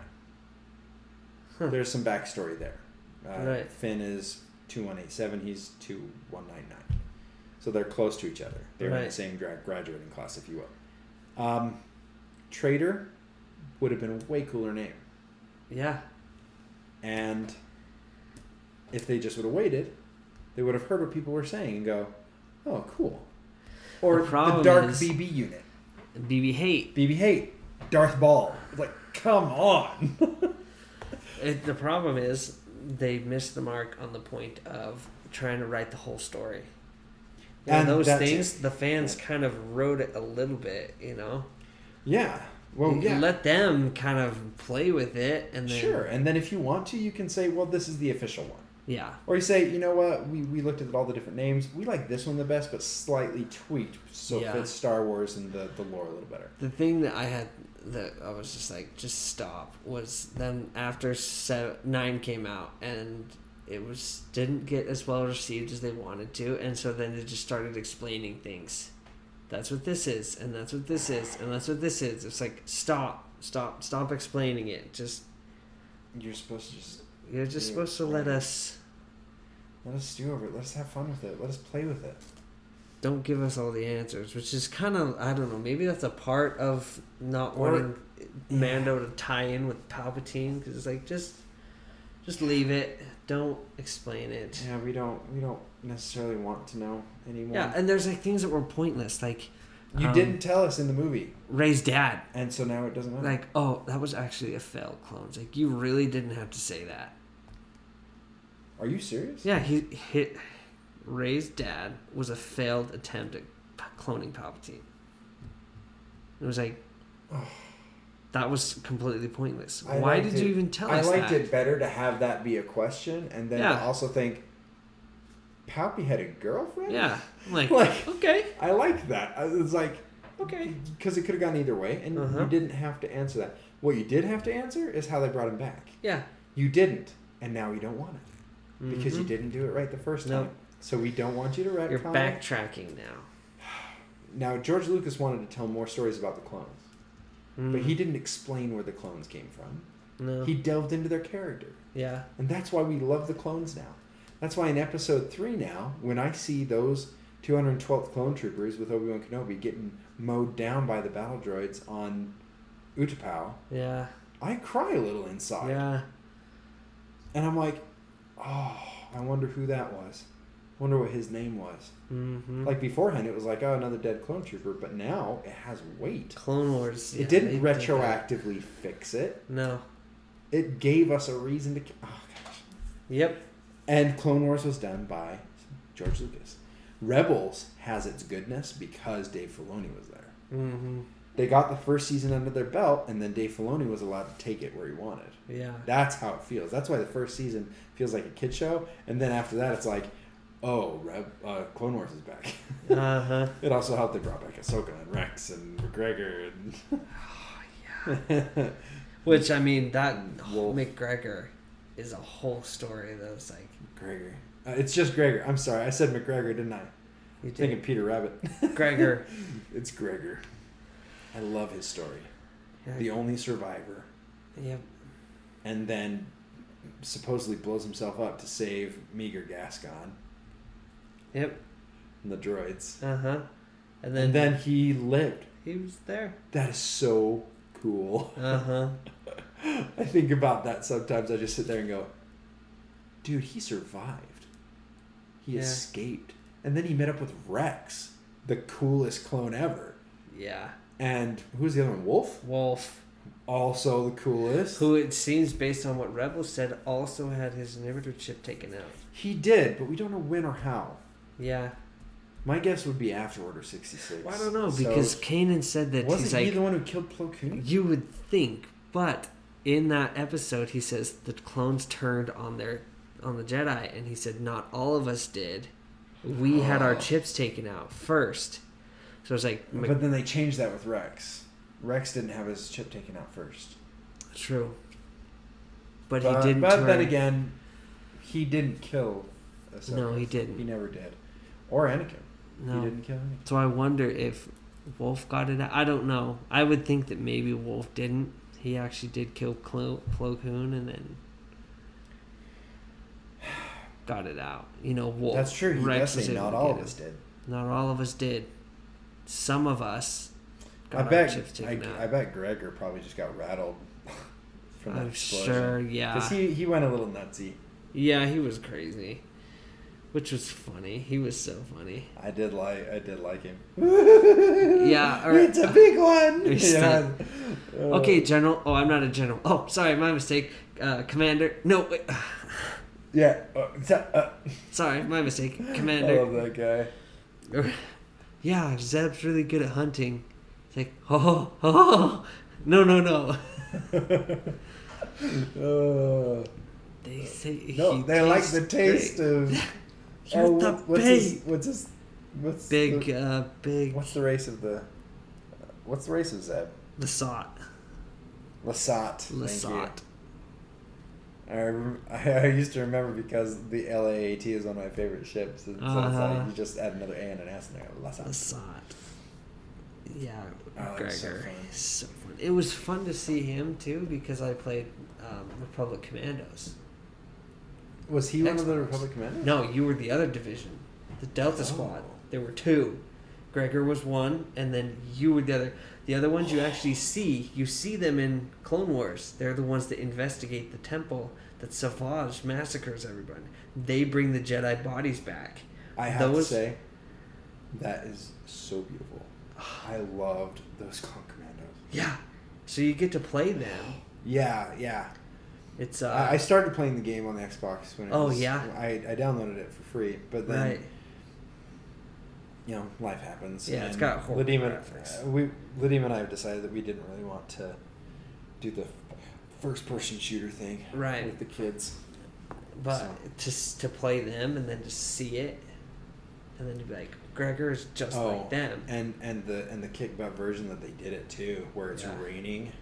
[SPEAKER 2] Huh.
[SPEAKER 1] There's some backstory there. Uh,
[SPEAKER 2] Right.
[SPEAKER 1] Finn is 2187, he's 2199. So they're close to each other. They're in the
[SPEAKER 2] Right.
[SPEAKER 1] same gra- graduating class, if you will. Um, Traitor would have been a way cooler name.
[SPEAKER 2] Yeah.
[SPEAKER 1] And if they just would have waited, they would have heard what people were saying and go, oh, cool. Or
[SPEAKER 2] The
[SPEAKER 1] the,
[SPEAKER 2] problem
[SPEAKER 1] Dark
[SPEAKER 2] is-
[SPEAKER 1] BB unit.
[SPEAKER 2] BB hate.
[SPEAKER 1] BB Hate. Darth Ball. Like, come on.
[SPEAKER 2] It, the problem is they missed the mark on the point of trying to write the whole story. And,
[SPEAKER 1] And
[SPEAKER 2] those
[SPEAKER 1] that's
[SPEAKER 2] things, the fans
[SPEAKER 1] Yeah.
[SPEAKER 2] kind of wrote it a little bit, you know.
[SPEAKER 1] yeah. Well,
[SPEAKER 2] You
[SPEAKER 1] yeah.
[SPEAKER 2] Let them kind of play with it, and then
[SPEAKER 1] sure. And then if you want to, you can say, well, this is the official one.
[SPEAKER 2] yeah,
[SPEAKER 1] Or you say, you know what, we, we looked at all the different names. We like this one the best, but slightly tweaked so it
[SPEAKER 2] Yeah.
[SPEAKER 1] fits Star Wars and the, the lore a little better.
[SPEAKER 2] the thing that I had that I was just like, just stop was then after seven, nine came out and it was didn't get as well received as they wanted to, and so then they just started explaining things. That's what this is, and that's what this is, and that's what this is. It's like stop, stop, stop explaining it. Just
[SPEAKER 1] You're supposed to just
[SPEAKER 2] you're just
[SPEAKER 1] Yeah.
[SPEAKER 2] supposed to let us.
[SPEAKER 1] let us do over it. Let us have fun with it. Let us play with it.
[SPEAKER 2] Don't give us all the answers, which is kind of I don't know. Maybe that's a part of not
[SPEAKER 1] Or-
[SPEAKER 2] wanting Mando to tie in with Palpatine because it's like just, just leave it. Don't explain it.
[SPEAKER 1] Yeah, we don't we don't necessarily want to know anymore.
[SPEAKER 2] Yeah, and there's like things that were pointless, like
[SPEAKER 1] You
[SPEAKER 2] um,
[SPEAKER 1] didn't tell us in the movie,
[SPEAKER 2] Ray's dad.
[SPEAKER 1] and so now it doesn't matter.
[SPEAKER 2] Like, oh, that was actually a failed clone. It's like you really didn't have to say that.
[SPEAKER 1] Are you serious?
[SPEAKER 2] Yeah, he hit. Ray's dad was a failed attempt at p- cloning Palpatine. It was like. That was completely pointless.
[SPEAKER 1] I
[SPEAKER 2] Why
[SPEAKER 1] liked
[SPEAKER 2] did
[SPEAKER 1] it.
[SPEAKER 2] you even tell
[SPEAKER 1] I
[SPEAKER 2] us
[SPEAKER 1] liked
[SPEAKER 2] that?
[SPEAKER 1] it better to have that be a question and then
[SPEAKER 2] Yeah.
[SPEAKER 1] to also think Poppy had a girlfriend?
[SPEAKER 2] Yeah, I'm like,
[SPEAKER 1] Like-
[SPEAKER 2] okay,
[SPEAKER 1] I liked that. I was like
[SPEAKER 2] okay.
[SPEAKER 1] because it could have gone either way and
[SPEAKER 2] Uh-huh.
[SPEAKER 1] you didn't have to answer that. What you did have to answer is how they brought him back.
[SPEAKER 2] Yeah,
[SPEAKER 1] You didn't, and now you don't want it because you
[SPEAKER 2] Mhm.
[SPEAKER 1] didn't do it right the first
[SPEAKER 2] No.
[SPEAKER 1] time. So we don't want you to retcon.
[SPEAKER 2] You're
[SPEAKER 1] it.
[SPEAKER 2] backtracking now.
[SPEAKER 1] Now George Lucas wanted to tell more stories about the clones, but
[SPEAKER 2] Mm.
[SPEAKER 1] he didn't explain where the clones came from.
[SPEAKER 2] no,
[SPEAKER 1] He delved into their character.
[SPEAKER 2] yeah,
[SPEAKER 1] And that's why we love the clones now. That's why in episode three now, when I see those 212th clone troopers with Obi Wan Kenobi getting mowed down by the battle droids on Utapau,
[SPEAKER 2] yeah,
[SPEAKER 1] I cry a little inside.
[SPEAKER 2] yeah.
[SPEAKER 1] And I'm like, oh, I wonder who that was. wonder what his name was.
[SPEAKER 2] Mm-hmm.
[SPEAKER 1] Like beforehand, it was like, oh, another dead clone trooper, but now it has weight.
[SPEAKER 2] Clone Wars. yeah,
[SPEAKER 1] It
[SPEAKER 2] they
[SPEAKER 1] didn't
[SPEAKER 2] did that.
[SPEAKER 1] retroactively fix it.
[SPEAKER 2] no.
[SPEAKER 1] It gave us a reason to. ca- Oh gosh.
[SPEAKER 2] Yep.
[SPEAKER 1] And Clone Wars was done by George Lucas. Rebels has its goodness because Dave Filoni was there.
[SPEAKER 2] Mm-hmm.
[SPEAKER 1] They got the first season under their belt, and then Dave Filoni was allowed to take it where he wanted.
[SPEAKER 2] Yeah.
[SPEAKER 1] That's how it feels. That's why the first season feels like a kid show, and then after that, it's like, oh, Reb, uh, Clone Wars is back.
[SPEAKER 2] Uh huh.
[SPEAKER 1] it also helped they brought back Ahsoka and Rex and McGregor and.
[SPEAKER 2] Which I mean, that
[SPEAKER 1] Wolf.
[SPEAKER 2] McGregor is a whole story. That was like
[SPEAKER 1] Gregor. Uh, it's just Gregor. I'm sorry, I said McGregor, didn't I?
[SPEAKER 2] you
[SPEAKER 1] Thinking
[SPEAKER 2] did
[SPEAKER 1] Peter Rabbit.
[SPEAKER 2] Gregor.
[SPEAKER 1] it's Gregor. I love his story.
[SPEAKER 2] Yeah.
[SPEAKER 1] The only survivor,
[SPEAKER 2] Yep.
[SPEAKER 1] and then supposedly blows himself up to save meager Gascon
[SPEAKER 2] Yep.
[SPEAKER 1] and the droids.
[SPEAKER 2] Uh huh. And then,
[SPEAKER 1] And then he lived.
[SPEAKER 2] he was there.
[SPEAKER 1] That is so cool.
[SPEAKER 2] Uh huh.
[SPEAKER 1] I think about that sometimes. I just sit there and go, dude, he survived. He
[SPEAKER 2] Yeah.
[SPEAKER 1] escaped. And then he met up with Rex, the coolest clone ever.
[SPEAKER 2] yeah.
[SPEAKER 1] And who's the other one? Wolf?
[SPEAKER 2] Wolf,
[SPEAKER 1] Also the coolest.
[SPEAKER 2] who it seems based on what Rebel said, also had his inhibitor chip taken out.
[SPEAKER 1] He did, but we don't know when or how.
[SPEAKER 2] Yeah.
[SPEAKER 1] My guess would be after Order 66.
[SPEAKER 2] Well, I don't know
[SPEAKER 1] So,
[SPEAKER 2] because Kanan said that
[SPEAKER 1] wasn't
[SPEAKER 2] he's
[SPEAKER 1] he
[SPEAKER 2] like
[SPEAKER 1] the one who killed Plo Koon?
[SPEAKER 2] you would think, but in that episode he says the clones turned on their on the Jedi and he said not all of us did. We had our
[SPEAKER 1] Oh.
[SPEAKER 2] chips taken out first. So it's like
[SPEAKER 1] But then they changed that with Rex. Rex didn't have his chip taken out first.
[SPEAKER 2] true. But,
[SPEAKER 1] but,
[SPEAKER 2] he didn't
[SPEAKER 1] but
[SPEAKER 2] turn.
[SPEAKER 1] then again, he didn't kill. Ahsoka.
[SPEAKER 2] No, he didn't.
[SPEAKER 1] He never did, or Anakin.
[SPEAKER 2] no.
[SPEAKER 1] He didn't kill Anakin.
[SPEAKER 2] So I wonder if Wolf got it. I don't know. I would think that maybe Wolf didn't. He actually did kill Clo- Plo Koon and then got it out. You know, Wolf.
[SPEAKER 1] That's true. He
[SPEAKER 2] Rex
[SPEAKER 1] does
[SPEAKER 2] was
[SPEAKER 1] say
[SPEAKER 2] able
[SPEAKER 1] not
[SPEAKER 2] to
[SPEAKER 1] all
[SPEAKER 2] get
[SPEAKER 1] of
[SPEAKER 2] him.
[SPEAKER 1] us did.
[SPEAKER 2] Not all of us did. Some of us.
[SPEAKER 1] I
[SPEAKER 2] our chips
[SPEAKER 1] bet. I,
[SPEAKER 2] taken out.
[SPEAKER 1] I bet Gregor probably just got rattled from that
[SPEAKER 2] I'm
[SPEAKER 1] explosion.
[SPEAKER 2] sure. Yeah.
[SPEAKER 1] Because he, he went a little nutsy.
[SPEAKER 2] yeah, he was crazy, which was funny. He was so funny.
[SPEAKER 1] I did like I did like him.
[SPEAKER 2] Yeah, or-
[SPEAKER 1] it's a big one.
[SPEAKER 2] Or he's
[SPEAKER 1] Yeah. Uh,
[SPEAKER 2] Okay, General. Oh, I'm not a general. Oh, sorry, my mistake. Uh, Commander. No, wait.
[SPEAKER 1] Yeah. Uh, it's a- uh,
[SPEAKER 2] sorry, my mistake.
[SPEAKER 1] I love
[SPEAKER 2] Commander.
[SPEAKER 1] that guy.
[SPEAKER 2] yeah, Zeb's really good at hunting. It's like, oh, oh, oh. no, no, no.
[SPEAKER 1] Uh,
[SPEAKER 2] They say
[SPEAKER 1] no,
[SPEAKER 2] he
[SPEAKER 1] they like
[SPEAKER 2] tastes
[SPEAKER 1] the taste
[SPEAKER 2] great.
[SPEAKER 1] of.
[SPEAKER 2] You're
[SPEAKER 1] oh,
[SPEAKER 2] the
[SPEAKER 1] what- what's
[SPEAKER 2] big,
[SPEAKER 1] his, what's his, what's
[SPEAKER 2] big,
[SPEAKER 1] The,
[SPEAKER 2] uh, big,
[SPEAKER 1] what's the race of the? What's the race of Zeb?
[SPEAKER 2] Lasat,
[SPEAKER 1] Lasat. thank you.
[SPEAKER 2] Lasat.
[SPEAKER 1] I, rem- I used to remember because the LAAT is one of my favorite ships, and so it's
[SPEAKER 2] Uh-huh.
[SPEAKER 1] like you just add another A and an S in there. Lasat.
[SPEAKER 2] Lasat. Yeah,
[SPEAKER 1] Oh,
[SPEAKER 2] Gregor.
[SPEAKER 1] that's so fun.
[SPEAKER 2] is so fun. It was fun to see him too because I played um, Republic Commandos.
[SPEAKER 1] Was he one of the
[SPEAKER 2] Xbox.
[SPEAKER 1] Republic commanders?
[SPEAKER 2] No, you were the other division, the Delta
[SPEAKER 1] Oh.
[SPEAKER 2] Squad. There were two. Gregor was one, and then you were the other. The other ones you
[SPEAKER 1] Oh.
[SPEAKER 2] actually see. You see them in Clone Wars. They're the ones that investigate the temple that Savage massacres everyone. They bring the Jedi bodies back.
[SPEAKER 1] I have
[SPEAKER 2] Those-
[SPEAKER 1] to say, that is so beautiful. I loved those clone commandos.
[SPEAKER 2] Yeah. So you get to play them.
[SPEAKER 1] Yeah, yeah.
[SPEAKER 2] It's uh.
[SPEAKER 1] I I started playing the game on the Xbox when it
[SPEAKER 2] Oh,
[SPEAKER 1] was,
[SPEAKER 2] yeah.
[SPEAKER 1] I, I downloaded it for free, but then
[SPEAKER 2] right.
[SPEAKER 1] you know life happens.
[SPEAKER 2] Yeah, it's
[SPEAKER 1] and
[SPEAKER 2] got horrible
[SPEAKER 1] Lydium and-
[SPEAKER 2] graphics.
[SPEAKER 1] uh, we Lydium and I have decided that we didn't really want to do the first person shooter thing
[SPEAKER 2] Right.
[SPEAKER 1] with the kids.
[SPEAKER 2] But
[SPEAKER 1] So-
[SPEAKER 2] to s- to play them and then to see it, and then to be like, Gregor is just
[SPEAKER 1] Oh,
[SPEAKER 2] like them.
[SPEAKER 1] and and the and the kick butt version that they did it too, where it's
[SPEAKER 2] Yeah.
[SPEAKER 1] raining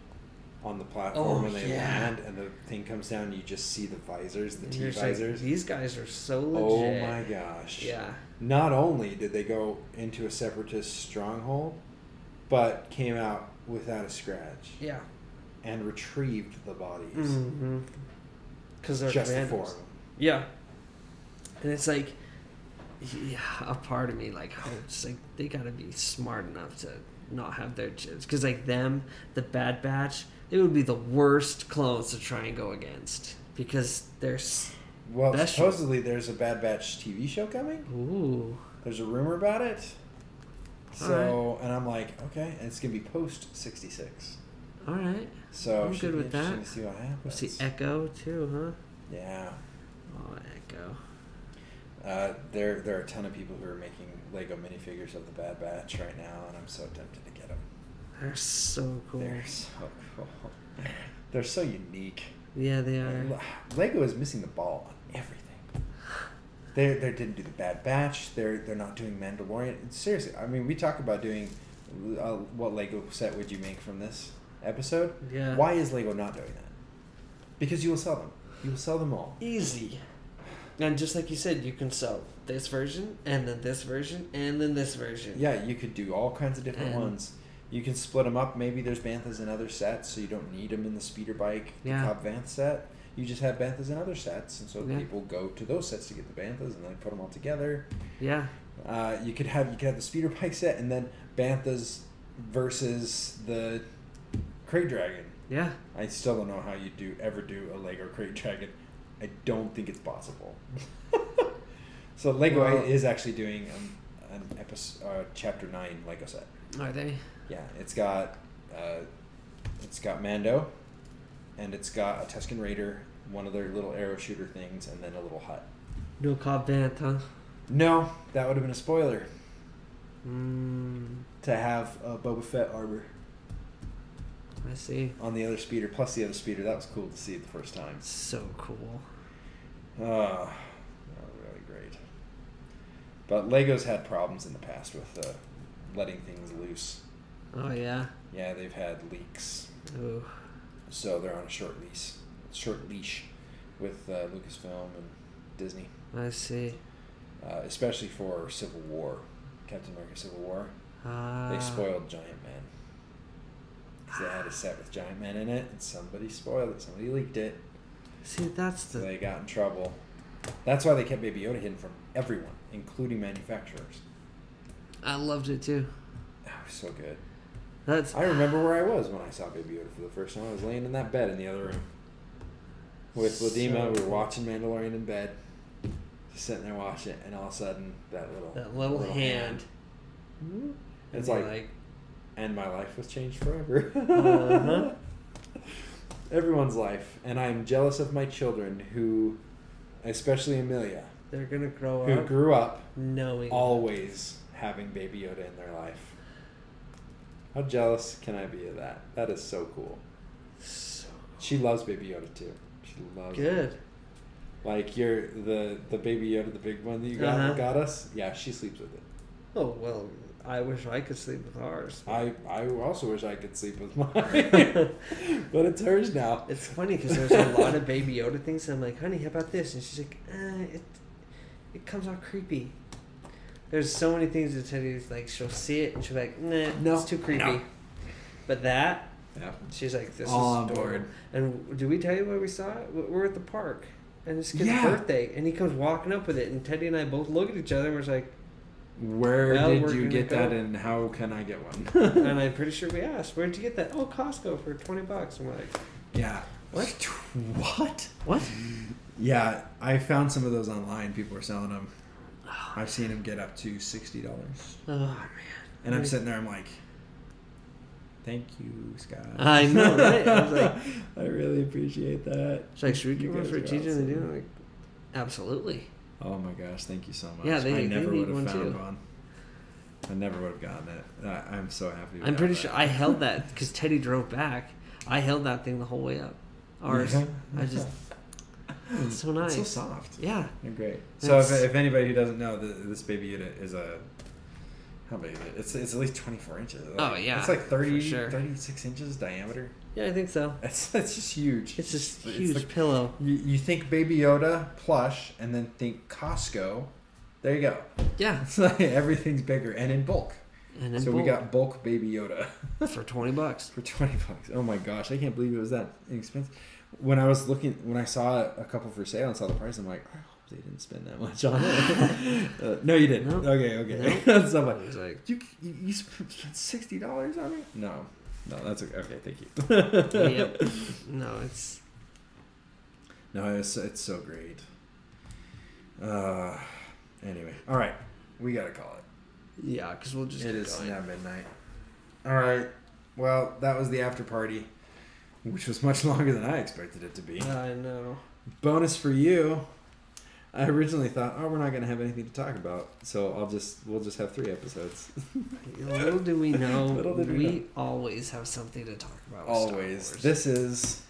[SPEAKER 1] on the platform
[SPEAKER 2] Oh,
[SPEAKER 1] when they
[SPEAKER 2] yeah.
[SPEAKER 1] land, and the thing comes down. and You just see the visors, the
[SPEAKER 2] And
[SPEAKER 1] T
[SPEAKER 2] you're just like,
[SPEAKER 1] visors.
[SPEAKER 2] These guys are so
[SPEAKER 1] oh
[SPEAKER 2] legit.
[SPEAKER 1] my gosh!
[SPEAKER 2] Yeah.
[SPEAKER 1] Not only did they go into a separatist stronghold, but came out without a scratch
[SPEAKER 2] Yeah.
[SPEAKER 1] and retrieved the bodies.
[SPEAKER 2] Mm-hmm. Because they're
[SPEAKER 1] Just the four.
[SPEAKER 2] randoms.
[SPEAKER 1] of 'em.
[SPEAKER 2] Yeah. And it's like, yeah, a part of me like hopes like they gotta be smart enough to not have their chips because like them, the Bad Batch, they would be the worst clones to try and go against because they're s-
[SPEAKER 1] Well,
[SPEAKER 2] That's-
[SPEAKER 1] supposedly there's a Bad Batch TV show coming.
[SPEAKER 2] ooh
[SPEAKER 1] There's a rumor about it. So, and I'm like, okay, and it's gonna be post '66.
[SPEAKER 2] all right.
[SPEAKER 1] So
[SPEAKER 2] I'm
[SPEAKER 1] it should
[SPEAKER 2] good
[SPEAKER 1] be
[SPEAKER 2] with that.
[SPEAKER 1] interesting To see what happens.
[SPEAKER 2] We'll see Echo too,
[SPEAKER 1] yeah,
[SPEAKER 2] huh? Oh, Echo.
[SPEAKER 1] uh, there there are a ton of people who are making Lego minifigures of the Bad Batch right now, and I'm so tempted to get them.
[SPEAKER 2] They're so cool.
[SPEAKER 1] They're so cool. They're so unique.
[SPEAKER 2] Yeah, they are.
[SPEAKER 1] Le- Lego is missing the ball on everything. They they didn't do the Bad Batch. They're they're not doing Mandalorian. And seriously, I mean, we talk about doing uh, what Lego set would you make from this episode?
[SPEAKER 2] Yeah.
[SPEAKER 1] Why is Lego not doing that? Because you will sell them. You will sell them all.
[SPEAKER 2] easy. And just like you said, you can sell this version, and then this version, and then this version.
[SPEAKER 1] Yeah, you could do all kinds of different
[SPEAKER 2] And-
[SPEAKER 1] ones. You can split them up. Maybe there's Banthas in other sets, so you don't need them in the speeder bike, the
[SPEAKER 2] Yeah.
[SPEAKER 1] Cobb Vanth set. You just have Banthas in other sets, and so
[SPEAKER 2] Yeah.
[SPEAKER 1] people go to those sets to get the Banthas, and then put them all together.
[SPEAKER 2] Yeah.
[SPEAKER 1] Uh, you could have you could have the speeder bike set, and then Banthas versus the Cray Dragon.
[SPEAKER 2] Yeah.
[SPEAKER 1] I still don't know how you do ever do a Lego Crate Dragon. I don't think it's possible. so Lego
[SPEAKER 2] Well-
[SPEAKER 1] is actually doing um, an episode, uh, chapter nine Lego set.
[SPEAKER 2] Are they?
[SPEAKER 1] Yeah, it's got uh, it's got Mando, and it's got a Tusken Raider, one of their little arrow shooter things, and then a little hut.
[SPEAKER 2] No Cobb Vanth, huh?
[SPEAKER 1] No, that would have been a spoiler
[SPEAKER 2] Mm,
[SPEAKER 1] to have a Boba Fett armor
[SPEAKER 2] I see.
[SPEAKER 1] on the other speeder plus the other speeder. That was cool to see the first time.
[SPEAKER 2] So cool.
[SPEAKER 1] Ah, not really great. But Legos had problems in the past with uh, letting things loose.
[SPEAKER 2] Oh yeah.
[SPEAKER 1] Yeah, they've had leaks,
[SPEAKER 2] Oh.
[SPEAKER 1] so they're on a short leash, short leash, with uh, Lucasfilm and Disney,
[SPEAKER 2] I see.
[SPEAKER 1] uh, especially for Civil War, Captain America: Civil War.
[SPEAKER 2] Ah.
[SPEAKER 1] They spoiled Giant Man. 'Cause They had a set with Giant Man in it, and somebody spoiled it. Somebody leaked it,
[SPEAKER 2] See, that's
[SPEAKER 1] so
[SPEAKER 2] the
[SPEAKER 1] they got in trouble. That's why they kept Baby Yoda hidden from everyone, including manufacturers.
[SPEAKER 2] I loved it too.
[SPEAKER 1] Oh, so good.
[SPEAKER 2] That's
[SPEAKER 1] I remember where I was when I saw Baby Yoda for the first time. I was laying in that bed in the other room with Ladima. We were watching Mandalorian in bed, just sitting there watching it, and all of a sudden that little
[SPEAKER 2] that little, hand.
[SPEAKER 1] It's
[SPEAKER 2] And
[SPEAKER 1] like,
[SPEAKER 2] you're
[SPEAKER 1] and my life was changed forever.
[SPEAKER 2] Uh-huh.
[SPEAKER 1] Everyone's life, and I am jealous of my children who, especially Amelia,
[SPEAKER 2] they're gonna grow
[SPEAKER 1] who
[SPEAKER 2] up
[SPEAKER 1] grew up
[SPEAKER 2] knowing.
[SPEAKER 1] always having Baby Yoda in their life. How jealous can I be of that? That is so cool.
[SPEAKER 2] So
[SPEAKER 1] She loves Baby Yoda too. She loves
[SPEAKER 2] good.
[SPEAKER 1] Him. Like you're the the Baby Yoda, the big one that you got
[SPEAKER 2] Uh-huh.
[SPEAKER 1] got us. Yeah, she sleeps with it.
[SPEAKER 2] Oh well, I wish I could sleep with ours.
[SPEAKER 1] I I also wish I could sleep with mine, but it's hers now.
[SPEAKER 2] It's funny because there's a lot of Baby Yoda things. And I'm like, honey, how about this? And she's like, uh, it, it comes out creepy. There's so many things that Teddy's like, she'll see it and she'll be like, nah,
[SPEAKER 1] No,
[SPEAKER 2] it's too creepy.
[SPEAKER 1] no.
[SPEAKER 2] But that,
[SPEAKER 1] Yeah.
[SPEAKER 2] she's like, this
[SPEAKER 1] All on
[SPEAKER 2] is adorable.
[SPEAKER 1] board.
[SPEAKER 2] And do we tell you where we saw it? We- We're at the park, and it's kid's
[SPEAKER 1] Yeah.
[SPEAKER 2] birthday, and he comes walking up with it, and Teddy and I both look at each other and we're like,
[SPEAKER 1] Where
[SPEAKER 2] Well,
[SPEAKER 1] did
[SPEAKER 2] we're
[SPEAKER 1] you
[SPEAKER 2] gonna
[SPEAKER 1] get
[SPEAKER 2] go.
[SPEAKER 1] that, and how can I get one?
[SPEAKER 2] and I'm pretty sure we asked, where'd you get that? Oh, Costco for twenty bucks. I'm like,
[SPEAKER 1] yeah.
[SPEAKER 2] What?
[SPEAKER 1] What?
[SPEAKER 2] what?
[SPEAKER 1] Yeah, I found some of those online. People are selling them. I've seen them get up to sixty dollars.
[SPEAKER 2] Oh man.
[SPEAKER 1] And I'm
[SPEAKER 2] Right.
[SPEAKER 1] sitting there, I'm like, thank you, Scott.
[SPEAKER 2] I know, right? I was like-
[SPEAKER 1] I really appreciate that.
[SPEAKER 2] She's like, should we
[SPEAKER 1] You
[SPEAKER 2] get one
[SPEAKER 1] guys
[SPEAKER 2] for
[SPEAKER 1] are
[SPEAKER 2] TJ and the
[SPEAKER 1] awesome.
[SPEAKER 2] dude? I'm like, absolutely.
[SPEAKER 1] Oh my gosh, thank you so much.
[SPEAKER 2] Yeah, they-
[SPEAKER 1] I
[SPEAKER 2] they
[SPEAKER 1] never
[SPEAKER 2] need
[SPEAKER 1] would have
[SPEAKER 2] one,
[SPEAKER 1] found
[SPEAKER 2] too.
[SPEAKER 1] one. I never would have gotten it. I, I'm so happy. we
[SPEAKER 2] I'm
[SPEAKER 1] got
[SPEAKER 2] pretty
[SPEAKER 1] that.
[SPEAKER 2] sure I held that because Teddy drove back. I held that thing the whole way up. Ours.
[SPEAKER 1] Yeah.
[SPEAKER 2] I just. It's so
[SPEAKER 1] It's
[SPEAKER 2] nice.
[SPEAKER 1] so soft.
[SPEAKER 2] Yeah.
[SPEAKER 1] They're great. So if,
[SPEAKER 2] It's-
[SPEAKER 1] if anybody who doesn't know, th- this baby unit is a how big is it? It's it's at least 24 inches.
[SPEAKER 2] Oh, yeah,
[SPEAKER 1] It's like 30,
[SPEAKER 2] for sure.
[SPEAKER 1] 36 inches diameter.
[SPEAKER 2] Yeah, I think so.
[SPEAKER 1] That's that's just huge.
[SPEAKER 2] It's just
[SPEAKER 1] It's
[SPEAKER 2] huge
[SPEAKER 1] the-
[SPEAKER 2] pillow.
[SPEAKER 1] You, you think Baby Yoda plush, and then think Costco. There you go.
[SPEAKER 2] Yeah.
[SPEAKER 1] It's like everything's bigger and in bulk.
[SPEAKER 2] And then
[SPEAKER 1] so we
[SPEAKER 2] boom,
[SPEAKER 1] got bulk Baby Yoda
[SPEAKER 2] for twenty bucks.
[SPEAKER 1] for twenty bucks. Oh my gosh, I can't believe it was that inexpensive. When I was looking, when I saw a couple for sale and saw the price, I'm like, I hope they didn't spend that much on it. uh, no, you didn't.
[SPEAKER 2] Nope.
[SPEAKER 1] Okay, okay. so I'm like,
[SPEAKER 2] I was like,
[SPEAKER 1] you you, you sp- spent sixty dollars on it? No, no, that's okay. Okay, thank you.
[SPEAKER 2] yep. No, it's
[SPEAKER 1] No, it's it's so great. Uh, anyway, all right, we gotta call it.
[SPEAKER 2] yeah, because we'll just.
[SPEAKER 1] it
[SPEAKER 2] keep
[SPEAKER 1] is
[SPEAKER 2] going.
[SPEAKER 1] now midnight. All right, well, that was the after party, which was much longer than I expected it to be.
[SPEAKER 2] I know.
[SPEAKER 1] Bonus for you, I originally thought, oh, we're not gonna have anything to talk about, so I'll just we'll just have three episodes.
[SPEAKER 2] Little do we know,
[SPEAKER 1] Little did we
[SPEAKER 2] we,
[SPEAKER 1] know.
[SPEAKER 2] always have something to talk about. with Star
[SPEAKER 1] always,
[SPEAKER 2] Wars.
[SPEAKER 1] this is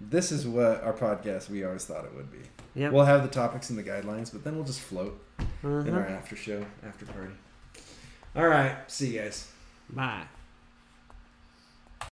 [SPEAKER 1] this is what our podcast we always thought it would be.
[SPEAKER 2] Yep.
[SPEAKER 1] We'll have the topics and the guidelines, but then we'll just float.
[SPEAKER 2] uh-huh.
[SPEAKER 1] in our after show, after party. All right. See you guys.
[SPEAKER 2] Bye.